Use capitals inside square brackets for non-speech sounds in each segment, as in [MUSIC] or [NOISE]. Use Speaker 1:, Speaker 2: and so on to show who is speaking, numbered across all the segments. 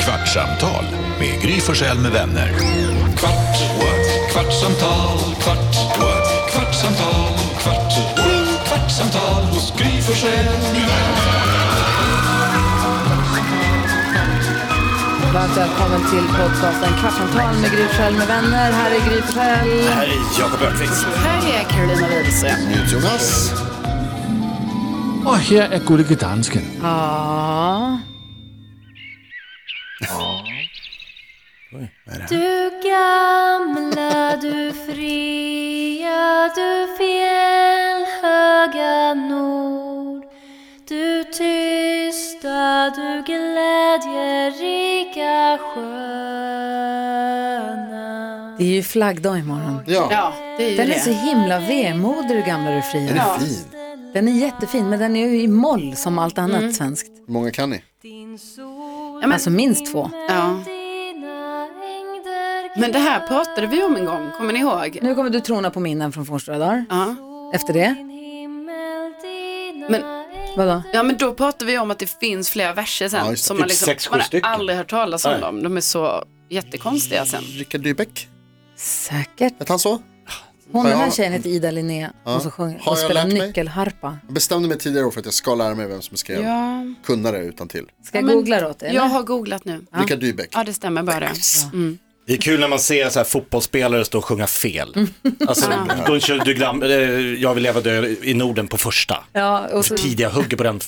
Speaker 1: kvartsamtal med Gry Forssell med vänner. Kvart, what? kvartsamtal, kvart, what? kvartsamtal, kvart, what? kvartsamtal hos Gry Forssell med vänner.
Speaker 2: Varmt välkommen till podcasten Kvartsamtal med Gry Forssell med vänner. Här är Gry Forssell.
Speaker 3: Här är Jakob Öqvist.
Speaker 2: Här är Carolina Widerström.
Speaker 4: Och här är Gullige Dansken.
Speaker 2: Ja.
Speaker 5: Du gamla, du fria, du fjällhöga nord Du tysta, du glädjerika sköna
Speaker 2: Det är ju flaggdag imorgon.
Speaker 6: Ja, det är ju
Speaker 2: Den
Speaker 6: det.
Speaker 2: är så himla vemodig, du gamla du fria.
Speaker 7: Den är fin.
Speaker 2: Den är jättefin, men den är ju i moll som allt annat svenskt.
Speaker 7: Hur många kan ni?
Speaker 5: Din sol
Speaker 6: Ja, men,
Speaker 2: Alltså minst två.
Speaker 6: ja.
Speaker 5: dina ängder
Speaker 6: men det här pratade vi om en gång, kommer ni ihåg?
Speaker 2: Nu kommer du trona på minnen från Forstra dagar.
Speaker 6: Ja.
Speaker 2: Efter det,
Speaker 5: Din himmel, dina
Speaker 6: Men-
Speaker 5: ängder
Speaker 2: vadå?
Speaker 6: ja, men då pratade vi om att det finns flera verser sen.
Speaker 7: Ja, just det.
Speaker 6: som
Speaker 7: Typ
Speaker 6: man, liksom,
Speaker 3: sex, sju
Speaker 6: man har
Speaker 3: stycken.
Speaker 6: aldrig hört talas om
Speaker 3: Nej.
Speaker 6: dem. De är så jättekonstiga sen.
Speaker 7: Rickard Dybeck,
Speaker 2: Säkert.
Speaker 7: hette han så?
Speaker 2: Hon den här
Speaker 7: Ja.
Speaker 2: tjejen heter Ida Linnea. Hon som sjunger
Speaker 7: Har
Speaker 2: och
Speaker 7: jag
Speaker 2: spelar
Speaker 7: lärt mig?
Speaker 2: nyckelharpa.
Speaker 7: Jag bestämde mig tidigare år för att jag ska lära mig vem som skrev.
Speaker 6: Ja.
Speaker 7: Kunna det utan till.
Speaker 2: Ska jag
Speaker 6: men-
Speaker 2: googla det åt dig? eller?
Speaker 6: Jag har googlat nu.
Speaker 7: Rickard Dybeck.
Speaker 6: Ja, det stämmer bara det. Mm.
Speaker 3: Det är kul när man ser så här fotbollsspelare stå och sjunga fel. Alltså, Gun Kjell du glam, eh, jag vill leva dö i Norden på första.
Speaker 2: Ja, och
Speaker 6: Mm.
Speaker 2: så,
Speaker 3: Tidiga hugger på den.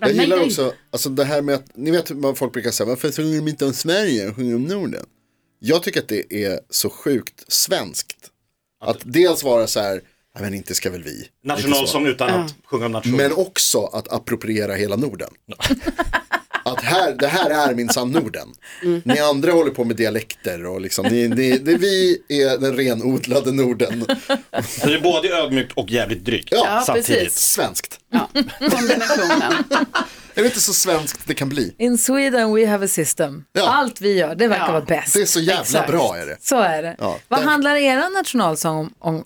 Speaker 7: Jag gillar också, alltså det här med att, ni vet vad folk brukar säga, varför sjunger de inte om Sverige, de sjunger om Norden? Jag tycker att det är så sjukt svenskt. Att dels vara så här, nej men inte ska väl vi.
Speaker 3: Nationalsång utan att sjunga om nation.
Speaker 7: Men också att appropriera hela Norden. [LAUGHS] Att här, det här är minsann Norden.
Speaker 6: Mm.
Speaker 7: Ni andra håller på med dialekter och liksom, ni, ni, det, vi är den renodlade Norden.
Speaker 3: Så Det är både ödmjukt och jävligt drygt.
Speaker 7: Ja,
Speaker 6: Ja,
Speaker 3: Samtidigt.
Speaker 6: precis.
Speaker 7: Svenskt.
Speaker 6: Ja. Kombinationen.
Speaker 7: [LAUGHS] Är det inte så svenskt det kan bli?
Speaker 2: in Sweden we have a system.
Speaker 7: Ja.
Speaker 2: Allt vi gör, det verkar
Speaker 6: Ja.
Speaker 2: vara bäst.
Speaker 7: Det är så jävla
Speaker 6: Exakt.
Speaker 7: bra är det.
Speaker 2: Så är det.
Speaker 7: Ja,
Speaker 2: Vad
Speaker 7: där-
Speaker 2: handlar er nationalsång om, om?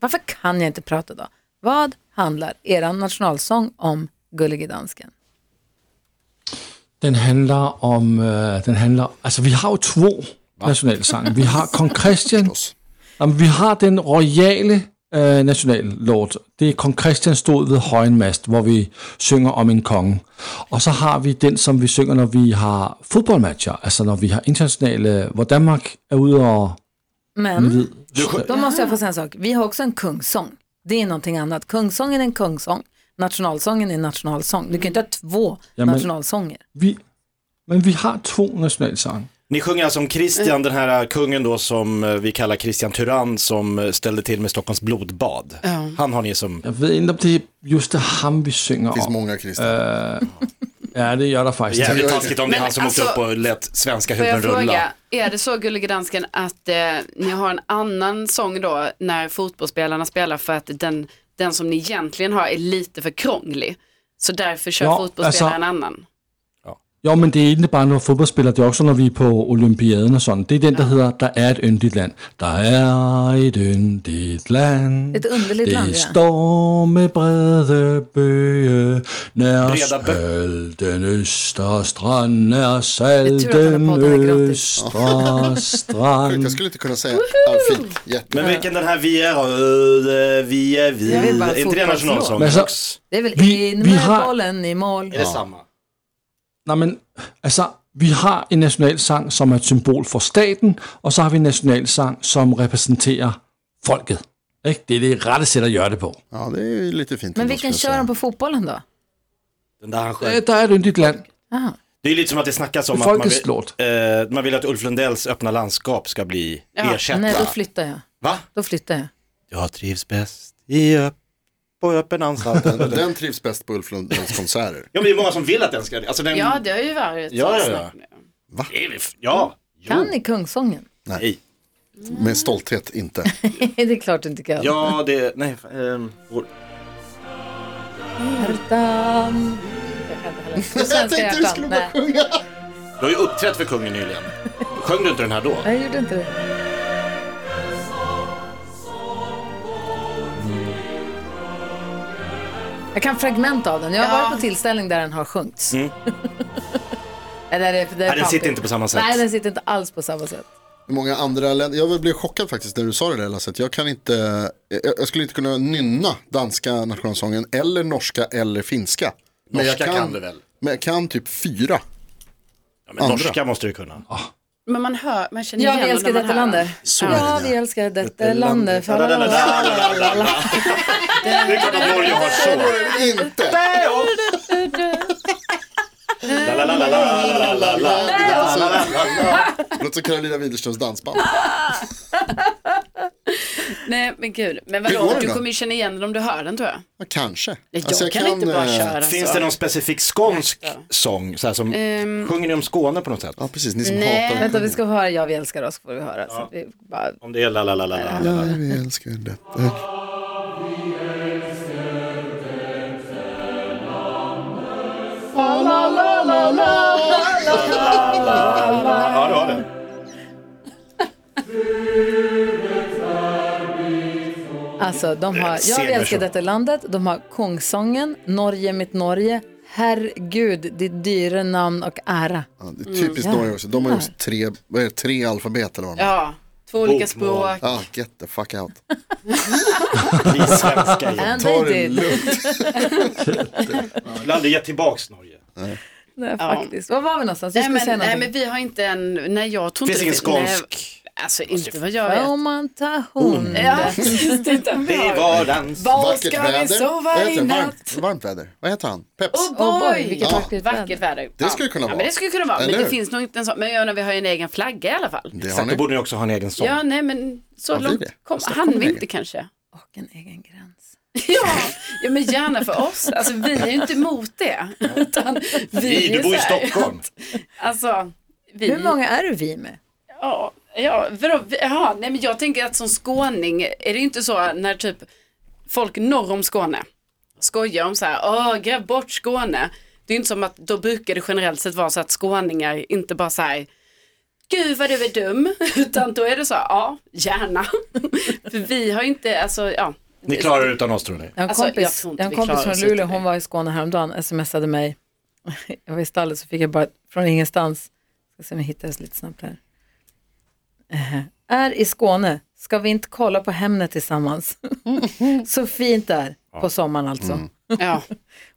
Speaker 2: Varför kan jag inte prata då? Vad handlar er nationalsång om, Gullige dansken?
Speaker 4: Den handlar om, øh, den handler, altså vi har jo to nationalsange. Vi har Kong Christian, jamen, vi har den royale øh, nationallåt. Det er Kong Christian stod ved højenmast, hvor vi synger om en konge. Og så har vi den, som vi synger, når vi har fodboldmatcher, altså når vi har internationale, hvor Danmark er ude og
Speaker 2: Men
Speaker 4: Mm.
Speaker 3: Du, sjö-
Speaker 2: då måste jag få säga en sak. Vi har också en kungssång. Det är någonting annat. Kungsången är en kungssång. Nationalsången är en nationalsång. Du kan inte ha två
Speaker 4: Ja, men-
Speaker 2: nationalsånger.
Speaker 4: vi, men vi har to nationalsange.
Speaker 3: ni sjunger alltså om Christian,
Speaker 6: Mm.
Speaker 3: den här kungen då som eh, vi kallar Christian Tyrann som eh, ställde till med Stockholms blodbad. Han har ni som,
Speaker 4: Jeg ved ikke, om det er just det ham, vi synger
Speaker 7: Det finns
Speaker 4: om.
Speaker 7: många kristna.
Speaker 4: Ja, det gør der faktisk.
Speaker 3: jävligt taskigt om det är
Speaker 6: Men
Speaker 3: han som åkte
Speaker 6: alltså,
Speaker 3: upp och lät svenska
Speaker 6: Får
Speaker 3: huvuden
Speaker 6: jag
Speaker 3: rulla.
Speaker 6: fråga, är det så Gullige Dansken att eh, ni har en annan sång då när fotbollsspelarna spelar för att den, den som ni egentligen har är lite för krånglig? Så därför kör
Speaker 4: Ja,
Speaker 6: fotbollsspelare
Speaker 4: alltså-
Speaker 6: en annan?
Speaker 4: Jo, men det er ikke bare, når fodboldspillere, det er også, når vi er på olympiaden og sådan. Det er den, der hedder, der er et yndigt land. Der er et yndigt land.
Speaker 2: Et yndigt
Speaker 4: det
Speaker 2: land, ja.
Speaker 4: Det står med brede bøge, nær
Speaker 3: Breda bø-
Speaker 4: salten østre strand, nær
Speaker 2: tror, at den
Speaker 4: salten
Speaker 2: er på, den er gratis.
Speaker 4: østre
Speaker 7: Sjukt,
Speaker 4: strand.
Speaker 7: Jag skulle inte kunna säga alfint. Jätte.
Speaker 3: Men vilken den här vi är, eh, vi är, vi,
Speaker 2: Det är bara
Speaker 3: är inte det
Speaker 2: fotbollslåt.
Speaker 3: nationalsången
Speaker 4: Men så-
Speaker 3: också?
Speaker 2: Det är väl
Speaker 4: Vi-
Speaker 2: in
Speaker 4: vi
Speaker 2: med
Speaker 4: har-
Speaker 2: bollen i mål.
Speaker 3: Är det samma?
Speaker 4: Nej, men altså, vi har en nationalsang, som er et symbol for staten, og så har vi en nationalsang, som repræsenterer folket. Ikke? Det er det rette sæt at gøre det på.
Speaker 7: Ja, det är ju lite fint.
Speaker 2: Men
Speaker 7: ändå,
Speaker 2: vilken
Speaker 7: skulle
Speaker 2: kör
Speaker 7: jag
Speaker 2: de på fotbollen då?
Speaker 3: Den där han sjöng.
Speaker 4: Øh, Der er et yndigt land.
Speaker 2: Aha.
Speaker 3: Det är lite som att det snackas om att man
Speaker 4: Folkets
Speaker 3: vill,
Speaker 4: låt.
Speaker 3: eh, man vill att Ulf Lundells öppna landskap ska bli
Speaker 6: Ja,
Speaker 3: ersatt.
Speaker 2: Nej, då flyttar jag.
Speaker 3: Va?
Speaker 2: Då flyttar jag.
Speaker 3: Jag trivs bäst i öpp- på öppen anstalt.
Speaker 7: säga. Den, den trivs bäst på Ulf Lundells konserter.
Speaker 3: [LAUGHS] ja, men det är många som vill att den ska... Alltså
Speaker 7: Ehm,
Speaker 3: den...
Speaker 6: Ja, det har ju varit
Speaker 3: Ja, ja,
Speaker 6: så
Speaker 3: ja.
Speaker 6: snack nu.
Speaker 3: Det är väl f- Ja.
Speaker 2: Kan ni kungsången? [LAUGHS]
Speaker 3: Nej.
Speaker 7: Med stolthet inte.
Speaker 2: det är klart du inte kan.
Speaker 3: Ja, det... Nej. fan, ehm, vår-
Speaker 2: Hjärtan. Jag kan inte heller. Svenska hjärtan. Nej,
Speaker 3: Du har ju uppträtt för kungen nyligen. Sjöng du inte den här då?
Speaker 2: jag gjorde inte det. Jag kan fragment av den. Jag har
Speaker 6: Ja.
Speaker 2: [LAUGHS] varit på tillställning där den har sjungits. Nej, det är, det är
Speaker 3: Mm. Nej, den sitter
Speaker 2: pampigt.
Speaker 3: inte på samma sätt.
Speaker 2: Nej, den sitter inte alls på samma sätt.
Speaker 7: Hur många andra länder, jag blev chockad faktiskt när du sa det där Lasse, att jag kan inte, jag, jag skulle inte kunna nynna danska nationalsången eller norska eller finska. Men
Speaker 8: Norska kan du väl?
Speaker 7: Men jag kan typ fyra.
Speaker 3: Ja, men
Speaker 7: Andra.
Speaker 3: norska måste du kunna.
Speaker 6: Men man hör, man känner
Speaker 2: Ja,
Speaker 6: igen
Speaker 2: vi älskar
Speaker 6: när man
Speaker 2: detta
Speaker 6: hör
Speaker 2: landet. Ja, vi älskar detta landet.
Speaker 3: Det är klart att Norge har så.
Speaker 7: Inte!
Speaker 3: La, la, la, la, la, la, la, la.
Speaker 7: Låter som Karolina Widerströms dansband.
Speaker 6: Nej, men gud. Men
Speaker 7: Hur går
Speaker 6: vadå,
Speaker 7: det
Speaker 6: du
Speaker 7: då?
Speaker 6: kommer ju känna igen den om du hör den tror jag.
Speaker 7: Ja, kanske.
Speaker 6: Jag,
Speaker 7: Alltså,
Speaker 6: kan, inte bara
Speaker 7: eh,
Speaker 6: köra
Speaker 3: Finns
Speaker 6: så.
Speaker 3: det någon specifik skånsk sång? Så här som, sjunger ni om Skåne på något sätt?
Speaker 7: Ja, precis, ni som hatar
Speaker 2: Vänta, vi ska få höra Ja, vi älskar oss. Får vi höra. Så vi bara...
Speaker 3: Om det är la la la la la.
Speaker 7: Ja, vi älskar detta.
Speaker 3: Ja, du har det.
Speaker 2: Alltså, de
Speaker 7: Eh,
Speaker 2: har
Speaker 3: ser
Speaker 2: Jag
Speaker 3: det
Speaker 2: älskar
Speaker 3: så.
Speaker 2: detta landet, de har Kongsången, Norge mitt Norge, Herregud, ditt dyre namn och ära.
Speaker 7: Ja, det
Speaker 6: Mm,
Speaker 7: är typiskt Norge också. De har ju också tre, vad är det, tre alfabet eller vad de har.
Speaker 6: Ja, två olika språk.
Speaker 7: Ah, get the fuck out.
Speaker 3: Vi svenskar ju.
Speaker 2: And
Speaker 7: Ta
Speaker 2: they
Speaker 7: det
Speaker 2: did.
Speaker 7: lugnt.
Speaker 3: Ibland har gett tillbaks Norge.
Speaker 2: Nej, faktiskt. Var var vi någonstans? Vi
Speaker 6: Nej
Speaker 2: skulle
Speaker 6: men,
Speaker 2: säga
Speaker 6: nej,
Speaker 2: någonting.
Speaker 6: men vi har inte en, nej jag tror
Speaker 3: Finns
Speaker 6: inte
Speaker 3: ingen
Speaker 6: Nej,
Speaker 3: skånsk.
Speaker 6: Alltså inte vad jag vet.
Speaker 2: Romantation.
Speaker 6: Ja, [LAUGHS] precis, det är inte
Speaker 3: Det är
Speaker 6: bra.
Speaker 3: vardags.
Speaker 6: Var
Speaker 7: Vackert
Speaker 6: ska vi
Speaker 7: väder. Vad
Speaker 6: sova
Speaker 7: heter
Speaker 6: i
Speaker 7: det?
Speaker 6: natt?
Speaker 7: Varmt, varmt väder. Vad heter han? Peps.
Speaker 2: Oh
Speaker 6: Oj,
Speaker 2: boy, vilket
Speaker 7: Ja.
Speaker 2: vackert
Speaker 6: Vackert
Speaker 2: väder.
Speaker 6: väder.
Speaker 7: Det skulle kunna
Speaker 6: Ja,
Speaker 7: vara.
Speaker 6: men det skulle kunna vara.
Speaker 7: Eller
Speaker 6: Men
Speaker 7: hur?
Speaker 6: det finns nog inte en sån. Men jag undrar, vi har ju en egen flagga i alla fall.
Speaker 7: Det har
Speaker 3: Exakt,
Speaker 7: ni.
Speaker 3: då borde ni också ha en egen sång.
Speaker 6: Ja, nej men så
Speaker 7: Ja, vi
Speaker 6: långt
Speaker 7: det.
Speaker 6: kom,
Speaker 7: Stockholm
Speaker 6: hann
Speaker 7: är
Speaker 6: vi
Speaker 7: egen.
Speaker 6: inte kanske.
Speaker 2: Och en egen gräns.
Speaker 6: Ja, ja, men gärna för oss. Alltså vi är ju inte emot det. Utan vi
Speaker 3: Nej,
Speaker 6: är
Speaker 3: du
Speaker 6: ju
Speaker 3: bor i
Speaker 6: så här-
Speaker 3: Stockholm.
Speaker 6: Alltså, vi...
Speaker 2: Hur många är du vi med?
Speaker 6: Ja, ja, vadå? Vi- Jaha, nej men jag tänker att som skåning är det ju inte så när typ folk norr om Skåne skojar om så här, åh gräv bort Skåne. Det är ju inte som att då brukar det generellt sett vara så att skåningar inte bara så här, gud vad du är dum, [LAUGHS] utan då är det så här, ja, gärna. [LAUGHS] För vi har ju inte, alltså ja,
Speaker 3: Ni klarar er utan oss tror ni.
Speaker 2: Jag har en
Speaker 6: Alltså, jag
Speaker 2: kompis,
Speaker 6: tror inte
Speaker 2: jag har en
Speaker 6: vi
Speaker 2: kompis
Speaker 6: klarar
Speaker 2: från
Speaker 6: oss utan
Speaker 2: Luleå,
Speaker 6: det.
Speaker 2: hon var i Skåne häromdagen, smsade mig. [LAUGHS] Jag var i stallet så fick jag bara från ingenstans, ska se om jag hittar det lite snabbt här. Eh, Är i Skåne, ska vi inte kolla på Hemnet tillsammans? [LAUGHS]
Speaker 6: Mm.
Speaker 2: så fint där på sommaren alltså. [LAUGHS]
Speaker 6: ja.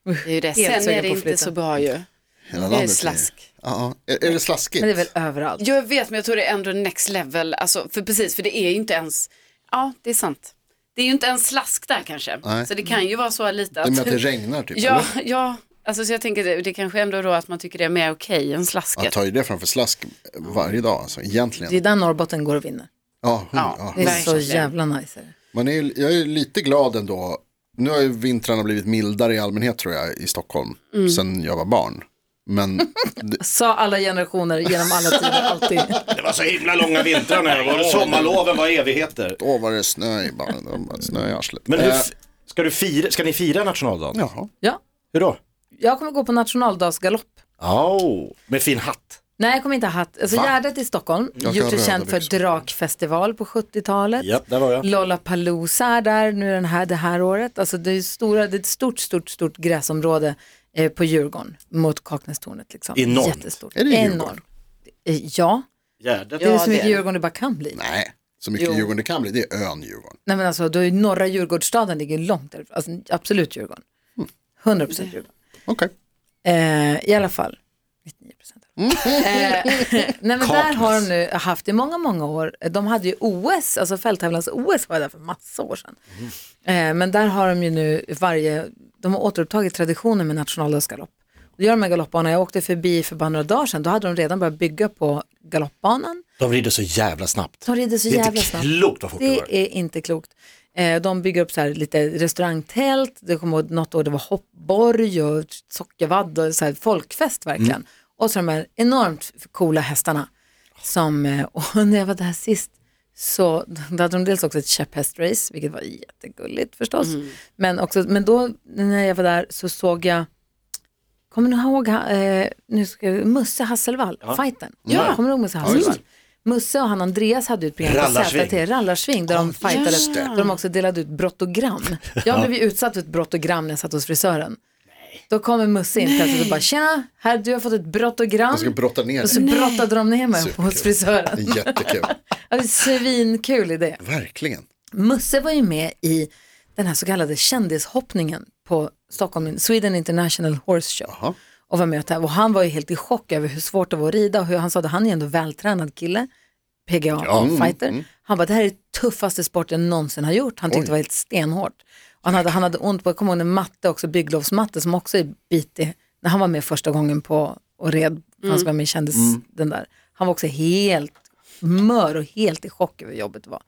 Speaker 6: Det är ju det. Sen
Speaker 2: sugen
Speaker 6: är det
Speaker 2: på
Speaker 6: inte
Speaker 2: flytten.
Speaker 6: så bra ju.
Speaker 7: Hela
Speaker 6: Det är
Speaker 7: landet.
Speaker 6: slask.
Speaker 7: Ja, ja. Är, är det slaskigt?
Speaker 2: Men det är väl överallt.
Speaker 6: Jag vet, men jag tror det är ändå next level. Alltså, för precis, för det är ju inte ens, ja, det är sant. Det är ju inte ens slask där kanske.
Speaker 7: Nej.
Speaker 6: Så det kan ju vara så lite
Speaker 7: Det är med
Speaker 6: att...
Speaker 7: att det regnar typ?
Speaker 6: ja,
Speaker 7: eller?
Speaker 6: ja, alltså så jag tänker det, det kanske ändå då att man tycker det är mer okej än
Speaker 7: Jag
Speaker 6: slasket.
Speaker 7: tar ju det framför slask varje dag alltså, egentligen.
Speaker 2: Det är där Norrbotten går och vinner.
Speaker 7: Ja, hund,
Speaker 6: Ja,
Speaker 7: ja.
Speaker 2: Det är så
Speaker 6: Verkligen.
Speaker 2: jävla nice. är det.
Speaker 7: Man är, ju- jag är lite glad ändå. Nu har ju vintrarna blivit mildare i allmänhet tror jag i Stockholm
Speaker 2: Mm.
Speaker 7: sen jag var barn. Men [LAUGHS] det,
Speaker 2: Sa alla generationer genom alla
Speaker 6: [LAUGHS]
Speaker 2: tider, alltid.
Speaker 3: Det var så himla långa vintrar när det var. Sommarloven var evigheter.
Speaker 7: då var det snö i barn, det var snö i arslet.
Speaker 3: Men hur,
Speaker 7: Eh,
Speaker 3: f- ska, du fira, ska ni fira nationaldagen?
Speaker 7: jaha.
Speaker 2: Ja,
Speaker 3: Hur då?
Speaker 2: jag kommer gå på nationaldagsgalopp.
Speaker 3: Oh, med fin hatt.
Speaker 2: Nej, jag kommer inte ha hatt. Alltså Gärdet i Stockholm,
Speaker 7: Jag kan
Speaker 2: gjort sig
Speaker 7: röda
Speaker 2: känd för
Speaker 7: byxor.
Speaker 2: Drakfestival på 70-talet.
Speaker 3: Ja, där var jag.
Speaker 2: Lollapalooza är där nu den här, det här året. Alltså det, är stora, det är ett stort, stort, stort gräsområde eh, på Djurgården mot Kaknästornet. Liksom.
Speaker 3: Enormt.
Speaker 2: Jättestort.
Speaker 7: Är det Djurgården?
Speaker 2: Enormt. Eh, Ja,
Speaker 3: Gärdet.
Speaker 2: det är
Speaker 6: Ja,
Speaker 2: så mycket
Speaker 6: det är det.
Speaker 2: Djurgården det bara kan bli. Nej.
Speaker 7: Nej, så mycket
Speaker 2: Jo.
Speaker 7: Djurgården det kan bli, det är ön Djurgården.
Speaker 2: men alltså, då är ju norra Djurgårdsstaden ligger ju långt därifrån. Alltså, absolut Djurgården.
Speaker 7: Mm.
Speaker 2: 100% Djurgården.
Speaker 7: Okej.
Speaker 2: Eh, I alla fall 99 procent. eh, [LAUGHS] nej, men där har de nu haft i många, många år. De hade ju OS, alltså fälttävlans-OS var där för massa år sedan.
Speaker 3: Mm.
Speaker 2: Eh, men där har de ju nu varje, de har återupptagit traditionen med nationaldagsgalopp. Då gör de en galoppbana, jag åkte förbi för bara några dagar sedan, då hade de redan börjat bygga på galoppbanan.
Speaker 3: De rider så jävla snabbt.
Speaker 2: De rider så
Speaker 3: Det är
Speaker 2: jävla
Speaker 3: inte
Speaker 2: snabbt.
Speaker 3: klokt vad fort det
Speaker 2: Det
Speaker 3: går.
Speaker 2: är inte klokt. Eh, De bygger upp så här lite restaurangtält, det kommer ihåg något år det var hoppborg och sockervadd och så här folkfest verkligen.
Speaker 3: Mm.
Speaker 2: Och så de här enormt coola hästarna. Som, eh, och [LAUGHS] när jag var där sist så då hade de dels också ett käpphästrace, vilket var jättegulligt förstås.
Speaker 3: Mm.
Speaker 2: Men, också, men då när jag var där så såg jag, kommer ni ihåg, eh, nu ska jag, Musse Hasselvall, fighten?
Speaker 3: Ja.
Speaker 2: Kommer du ihåg Musse Hasselvall? Musse och han Andreas hade ju ett program på
Speaker 3: Rallarsving.
Speaker 2: ZT, Rallarsving, där de fightades, där de också delade ut brottogram. Jag blev ju utsatt för ett brottogram när jag satt hos frisören. Då kommer Musse in plötsligt och bara tjena, här, du har fått ett brottogram.
Speaker 7: Jag ska brotta ner
Speaker 2: Och så
Speaker 7: dig.
Speaker 2: brottade de ner mig
Speaker 7: Superkul.
Speaker 2: hos frisören. [LAUGHS]
Speaker 7: Jättekul.
Speaker 2: Ja, det är Svinkul idé.
Speaker 7: Verkligen.
Speaker 2: Musse var ju med i den här så kallade kändishoppningen på Stockholm, Sweden International Horse Show.
Speaker 7: Jaha.
Speaker 2: Och var med och tävla. Och han var ju helt i chock över hur svårt det var att rida och hur han sa att han är ändå vältränad kille,
Speaker 7: Ja, mm,
Speaker 2: PGA-fighter.
Speaker 7: mm.
Speaker 2: Han bara, det här är tuffaste sporten jag någonsin har gjort. Han tyckte det var helt stenhårt. Och Han hade, han hade ont på, jag kommer ihåg en matte också, bygglovsmatte som också är bitig. När han var med första gången på och red,
Speaker 7: Mm.
Speaker 2: han som var med i kändis, den där. Han var också helt mör och helt i chock över hur jobbet det var.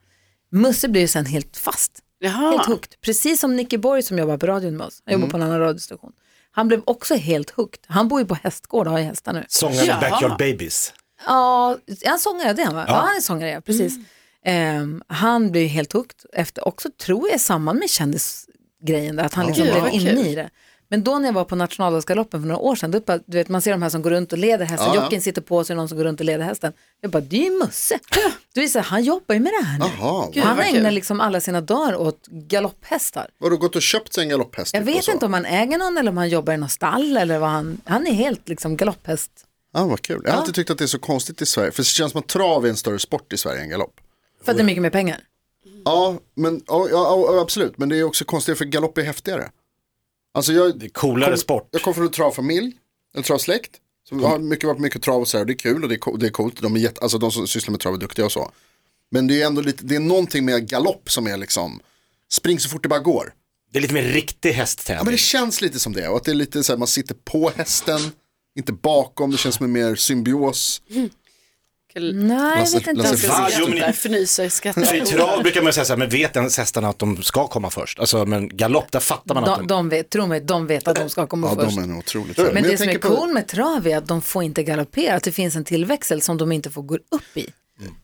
Speaker 2: Musse blev ju sen helt fast, helt
Speaker 6: Jaha.
Speaker 2: hooked. Precis som Nicky Borg som jobbar på radion med oss, han jobbar på
Speaker 7: Mm.
Speaker 2: en annan radiostation. Han blev också helt hooked. Han bor ju på hästgård och har ju hästar nu.
Speaker 3: Sångaren i
Speaker 6: Jaha.
Speaker 3: Backyard Babies.
Speaker 2: Ja, är han sångare det är han va? Ja, han är sångare, ja, precis.
Speaker 6: Mm.
Speaker 2: Ehm, han blev ju helt hooked efter, också tror jag i samband med kändisgrejen där, att han liksom
Speaker 6: Gud,
Speaker 2: blev
Speaker 6: vad
Speaker 2: inne
Speaker 6: kul.
Speaker 2: i det. Men då när jag var på nationaldagsgaloppen för några år sedan, då bara, du vet, man ser de här som går runt och leder hästen,
Speaker 7: Ja, ja.
Speaker 2: jockeyn sitter på sig, någon som går runt och leder hästen. Jag bara, det är ju Musse. Du visar, han jobbar ju med det här nu.
Speaker 7: Jaha,
Speaker 6: Gud,
Speaker 2: han
Speaker 6: vad kul.
Speaker 2: ägnar liksom alla sina dagar åt galopphästar.
Speaker 7: Har du gått och köpt sig en galopphäst?
Speaker 2: Jag
Speaker 7: typ, och
Speaker 2: vet
Speaker 7: så?
Speaker 2: inte om han äger någon eller om han jobbar i någon stall eller vad han, han är helt liksom galopphäst.
Speaker 7: Ja, Ah, vad kul. Jag har alltid tyckt att det är så konstigt i Sverige. För det känns som att trav är en större sport i Sverige än galopp.
Speaker 2: För att det är mycket mer pengar.
Speaker 7: Ja, men, ja, ja, ja, absolut. Men det är också konstigt för galopp är häftigare. Alltså jag,
Speaker 3: Det är coolare sport.
Speaker 7: jag kommer från en travfamilj, en travsläkt. Som har mycket, varit mycket trav och så här, och det är kul och det är, co- det är coolt. De, är jätte, alltså, de som sysslar med trav är duktiga och så. Men det är ändå lite, det är någonting med galopp som är liksom, spring så fort det bara går.
Speaker 3: Det är lite mer riktig
Speaker 7: Ja, men
Speaker 3: hästtävling.
Speaker 7: det känns lite som det. Och att det är lite så här, man sitter på hästen, inte bakom, det känns som en mer symbios.
Speaker 6: Kul.
Speaker 2: Nej, jag
Speaker 7: Lasse-
Speaker 2: vet inte.
Speaker 7: Lasse
Speaker 2: om-
Speaker 7: Fries.
Speaker 3: jo, men-
Speaker 6: Skrattar,
Speaker 3: Så
Speaker 6: fnyser,
Speaker 3: I
Speaker 6: skrattar.
Speaker 3: trav brukar man säga så här, men vet ens hästarna att de ska komma först? Alltså, men galopp, där fattar man att
Speaker 2: De,
Speaker 3: de...
Speaker 2: de vet, tro mig, de vet att de ska komma
Speaker 7: Ja,
Speaker 2: först.
Speaker 7: de är nog otroligt
Speaker 2: Men, det
Speaker 7: jag
Speaker 2: som är
Speaker 7: tänker
Speaker 2: cool med trav är att de får inte galoppera, att det finns en tillväxel som de inte får gå upp i.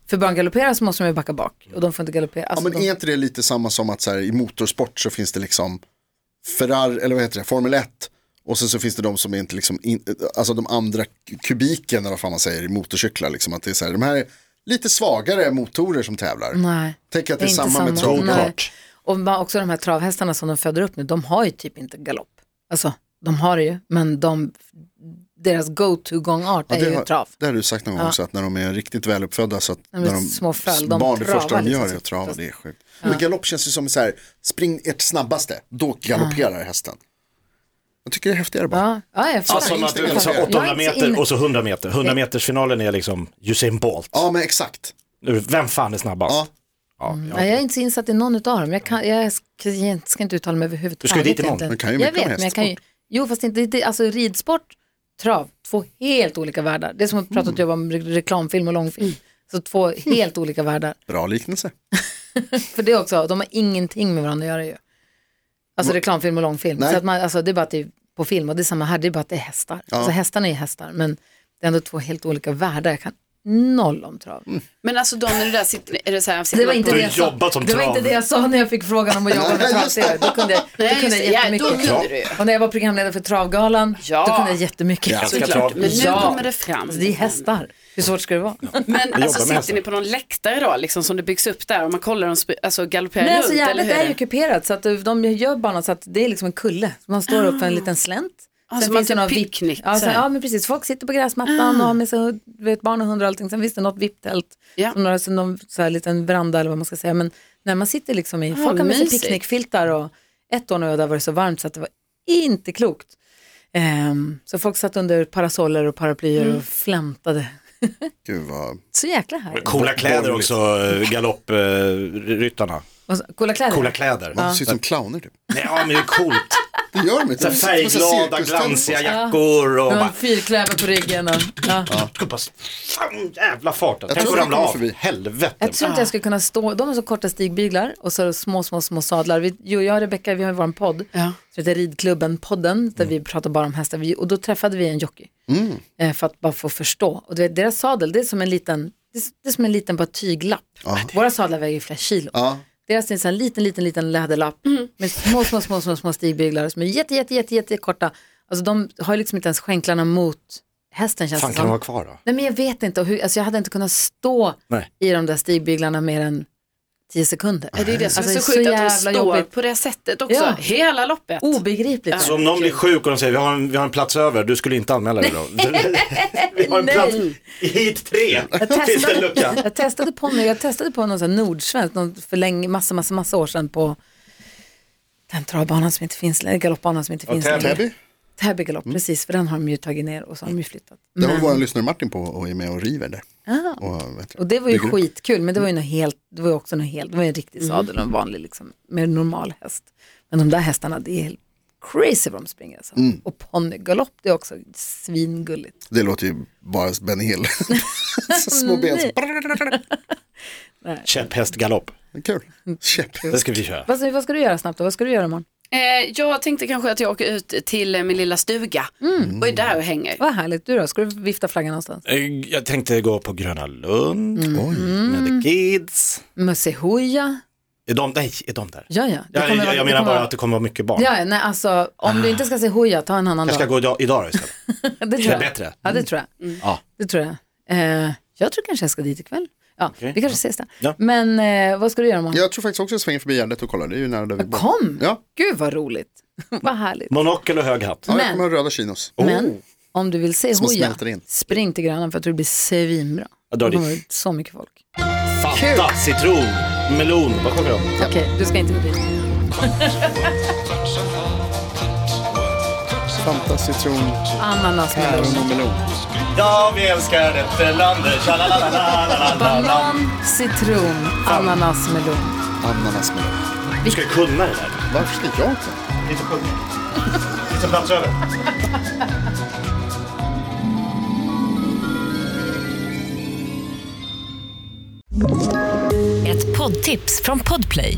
Speaker 2: För bara de galopperar så måste de ju backa bak och de får inte galoppera.
Speaker 7: Mm. Ja,
Speaker 2: Alltså,
Speaker 7: men är inte det lite samma som att så här, i motorsport så finns det liksom Ferrari, eller vad heter det, Formel 1. Och sen så finns det de som är inte liksom, in, alltså de andra k- kubiken eller vad fan man säger i motorcyklar. Liksom, att det är så här, de här är lite svagare motorer som tävlar.
Speaker 2: de, nej.
Speaker 7: Tänk att det är,
Speaker 2: inte
Speaker 7: samma, med
Speaker 2: samma.
Speaker 7: trav.
Speaker 2: Nej.
Speaker 3: Go-kart.
Speaker 2: Och bara också de här travhästarna som de föder upp nu, de har ju typ inte galopp. Alltså, de har det ju, men de, deras go-to-gångart
Speaker 7: Ja,
Speaker 2: är ju
Speaker 7: har,
Speaker 2: trav.
Speaker 7: det har du sagt någon gång också, att när de är riktigt väluppfödda så att
Speaker 2: De är
Speaker 7: när de,
Speaker 2: små föl, de
Speaker 7: barn, det
Speaker 2: travar
Speaker 7: första de gör
Speaker 2: liksom.
Speaker 7: är att trava, det är sjukt. Men galopp känns ju som så här, spring ert snabbaste, då galopperar hästen. Jag tycker det är häftigare bara.
Speaker 2: Ja, ja, jag förstår.
Speaker 3: Ja, som att Alltså, du sa
Speaker 2: Jag är inte
Speaker 3: 800
Speaker 2: så
Speaker 3: meter
Speaker 2: inne-
Speaker 3: och så 100 meter. 100 meters finalen är liksom Usain Bolt.
Speaker 7: Ja, men exakt.
Speaker 3: Nu, Vem fan är
Speaker 7: Ja.
Speaker 3: snabbast? Ja, ja.
Speaker 2: Nej, jag är inte så insatt i någon av dem. Jag, kan, jag ska, jag ska inte uttala mig överhuvudtaget.
Speaker 3: Du ska ju dit imorgon.
Speaker 2: egentligen.
Speaker 7: Man kan
Speaker 2: jag
Speaker 7: ju mycket
Speaker 2: vet,
Speaker 7: om
Speaker 2: men jag kan ju, Jo, fast inte, det, alltså ridsport, trav, två helt olika världar. Det är som att prata
Speaker 3: Mm.
Speaker 2: om att jobba om re- reklamfilm och långfilm. Så två helt olika världar.
Speaker 7: Bra liknelse.
Speaker 2: För det också, de har ingenting med varandra att göra ju. Alltså
Speaker 3: Mm.
Speaker 2: reklamfilm och långfilm.
Speaker 7: Nej.
Speaker 2: Så att man, alltså, det är bara att det är på film och det är samma här, det är bara att det är hästar. Alltså hästarna är ju hästar, men det är ändå två helt olika världar. Jag kan noll om trav.
Speaker 6: Men alltså då när du där sitter, är det så här, sitter
Speaker 2: Det var
Speaker 6: man
Speaker 2: inte
Speaker 6: på-
Speaker 2: det
Speaker 3: har
Speaker 2: jag sa.
Speaker 3: jobbat som
Speaker 2: det var
Speaker 3: trav.
Speaker 2: inte det jag sa när jag fick frågan om att jobba med trav-tv. Då kunde jag, då
Speaker 6: Nej,
Speaker 2: kunde jag
Speaker 6: just det. Ja, då
Speaker 2: jättemycket.
Speaker 6: kunde du ju.
Speaker 2: Och när jag var programledare för Travgalan,
Speaker 6: Ja.
Speaker 2: då kunde jag jättemycket.
Speaker 3: Jag älskar
Speaker 6: Såklart,
Speaker 3: trav.
Speaker 6: men nu
Speaker 2: Ja.
Speaker 6: kommer det fram.
Speaker 2: Alltså, det är hästar. Hur svårt ska det vara?
Speaker 6: Men
Speaker 3: jobbar
Speaker 6: alltså
Speaker 3: med hästar.
Speaker 6: sitter ni på någon läktare då, liksom som det byggs upp där och man kollar dem sp- alltså, galoppera
Speaker 2: Nej, alltså
Speaker 6: runt eller
Speaker 2: gärdet är
Speaker 6: hur? är
Speaker 2: ju
Speaker 6: det?
Speaker 2: kuperat så att de gör banan så att det är liksom en kulle. Så man står upp för en liten slänt.
Speaker 6: Ah, så man
Speaker 2: det
Speaker 6: ser
Speaker 2: några vipp-
Speaker 6: picknick,
Speaker 2: Ja,
Speaker 6: så
Speaker 2: sen,
Speaker 6: här. Ah.
Speaker 2: ja, men precis. Folk sitter på gräsmattan och har med sig du vet, barn och hundar och allting. Sen finns det något vipptält.
Speaker 6: Ja.
Speaker 2: Som några, så någon så här liten veranda eller vad man ska säga. Men när man sitter liksom i, folk har med sig
Speaker 6: Ah, mysigt.
Speaker 2: picknickfiltar och ett år när jag var där var det så varmt så att det var inte klokt. Ehm, så folk satt under parasoller och paraplyer
Speaker 6: Mm.
Speaker 2: och flämtade. [LAUGHS]
Speaker 7: Gud vad
Speaker 2: Så jäkla härligt.
Speaker 3: Coola kläder också, eh, galoppryttarna.
Speaker 2: Och så- Coola kläder.
Speaker 3: Coola kläder.
Speaker 7: Man ser ut som clowner typ.
Speaker 3: Nej, ja, men det är coolt.
Speaker 7: Det gör de inte.
Speaker 3: Så här
Speaker 7: De sitter på så här
Speaker 3: färgglada,
Speaker 7: cirkustält.
Speaker 3: glansiga jackor och
Speaker 2: Och
Speaker 3: bara...
Speaker 2: en fyrklöver på ryggen. Och, ja.
Speaker 3: Ska bara fan, jävla fart. alltså. Tänk att
Speaker 7: tror vi
Speaker 3: ramla
Speaker 7: kommer
Speaker 3: av.
Speaker 7: förbi.
Speaker 3: Helvete.
Speaker 2: Jag tror
Speaker 3: Ah.
Speaker 2: inte jag skulle kunna stå, de har så korta stigbyglar och så små, små, små sadlar. Vi, jo, jag och Rebecka, vi har ju vår podd,
Speaker 6: Ja.
Speaker 2: som heter Ridklubben-podden,
Speaker 3: Mm.
Speaker 2: där vi pratar bara om hästar. Vi, och då träffade vi en jockey, eh, för att bara få förstå. Och du vet, deras sadel, det är som en liten, det är, det är som en liten bara tyglapp. Ah, Våra sadlar väger ju flera kilo.
Speaker 3: Ah.
Speaker 7: Ja.
Speaker 2: Deras är en sån här liten, liten, liten läderlapp
Speaker 3: Mm.
Speaker 2: med små, små, små, små, små stigbyglar som är jätte, jätte, jätte, jätte korta. Alltså de har ju liksom inte ens skänklarna mot hästen känns
Speaker 3: fan
Speaker 2: det
Speaker 3: kan de
Speaker 2: som.
Speaker 3: vara kvar då?
Speaker 2: Nej men jag vet inte, och hur, alltså jag hade inte kunnat stå
Speaker 3: Nej.
Speaker 2: i de där stigbyglarna mer än tio sekunder.
Speaker 6: Det är det som
Speaker 2: Alltså,
Speaker 6: är så sjukt att de står på det sättet också.
Speaker 2: Ja.
Speaker 6: Hela loppet.
Speaker 2: Obegripligt.
Speaker 3: Så om någon blir sjuk och de säger vi har en, vi har en plats över, du skulle inte anmäla dig [LAUGHS] då? vi har en
Speaker 2: Nej.
Speaker 3: plats i hit tre,
Speaker 2: Jag
Speaker 3: finns det en lucka.
Speaker 2: testade, jag testade på mig, jag testade på någon sån här nordsvensk någon för länge, massa, massa, massa år sedan på den travbanan som inte finns längre, galoppbanan som inte finns längre.
Speaker 7: Täby,
Speaker 2: Täby galopp,
Speaker 3: Mm.
Speaker 2: precis, för den har de ju tagit ner och så har de ju flyttat.
Speaker 7: där var
Speaker 2: Men-
Speaker 7: vår lyssnare Martin på och är med och river där.
Speaker 2: Mm. Ah.
Speaker 7: Och, vet du,
Speaker 2: Och det var ju
Speaker 7: bygger upp.
Speaker 2: skitkul, men det var ju något helt, det var ju också något helt, det var ju en
Speaker 3: Mm.
Speaker 2: riktig sadel och en vanlig liksom, mer normal häst. Men de där hästarna, det är helt crazy vad de springer alltså.
Speaker 3: Mm.
Speaker 2: Och ponnygalopp, det är också svingulligt.
Speaker 7: Det låter ju bara som Benny
Speaker 2: [LAUGHS]
Speaker 7: Hill. Så Små ben. så-
Speaker 3: Käpphästgalopp,
Speaker 7: Kul. Käpp.
Speaker 2: Mm.
Speaker 3: det ska vi köra.
Speaker 2: Vad, vad ska du göra snabbt då? Vad ska du göra imorgon?
Speaker 6: Eh, jag tänkte kanske att jag åker ut till eh, min lilla stuga och är där och hänger.
Speaker 2: Vad härligt, du då? Ska du vifta flaggan någonstans?
Speaker 3: Eh, Jag tänkte gå på Gröna Lund
Speaker 7: Oj.
Speaker 3: med the kids.
Speaker 2: Musehoja?
Speaker 3: Är de, nej, är de där?
Speaker 2: Ja, ja. Det
Speaker 3: Jag,
Speaker 2: kommer
Speaker 3: jag,
Speaker 2: vara- det
Speaker 3: jag menar
Speaker 2: kommer
Speaker 3: bara
Speaker 2: vara-
Speaker 3: att det kommer vara mycket barn.
Speaker 2: Ja, ja, nej, alltså om du inte ska se hoja, ta en annan
Speaker 3: Jag ska
Speaker 2: dag.
Speaker 3: gå idag, idag då
Speaker 2: [LAUGHS]
Speaker 3: istället.
Speaker 2: Det
Speaker 3: Det
Speaker 2: tror
Speaker 3: är
Speaker 2: jag.
Speaker 3: bättre.
Speaker 2: Ja, det tror jag.
Speaker 3: Ja.
Speaker 2: Det tror jag. Eh, jag tror kanske jag ska dit ikväll. Ja, vi kanske ses där.
Speaker 3: Ja.
Speaker 2: Men eh, vad ska du göra imorgon?
Speaker 7: Jag tror faktiskt också jag svänger förbi Gärdet och kollar, det är ju nära där vi bor.
Speaker 2: Kom!
Speaker 7: Ja,
Speaker 2: Gud vad roligt. [LAUGHS] vad härligt.
Speaker 3: Monokel och hög hatt.
Speaker 7: ja jag
Speaker 2: Men-
Speaker 7: kommer ha röda chinos.
Speaker 2: Men om du vill se
Speaker 7: Som
Speaker 2: hoja,
Speaker 7: smälter in.
Speaker 2: spring till Grönan för jag tror det blir svinbra.
Speaker 3: Jag drar
Speaker 2: Det
Speaker 3: dit.
Speaker 2: kommer vara så mycket folk.
Speaker 3: Fanta, Oh, citron, melon, vad sjunger de?
Speaker 2: Okej, du ska inte med dit.
Speaker 7: Fanta, citron,
Speaker 2: Ananas med
Speaker 7: päron och melon.
Speaker 3: Ja, vi älskar detta landet. Tjalalalalalalalala.
Speaker 2: banan, citron, ananas, melon.
Speaker 7: Ananas melon.
Speaker 3: Du ska ju kunna det där.
Speaker 7: Varför ska jag kunna?
Speaker 3: Lite sjung. Lite plats över.
Speaker 8: Ett poddtips från Podplay.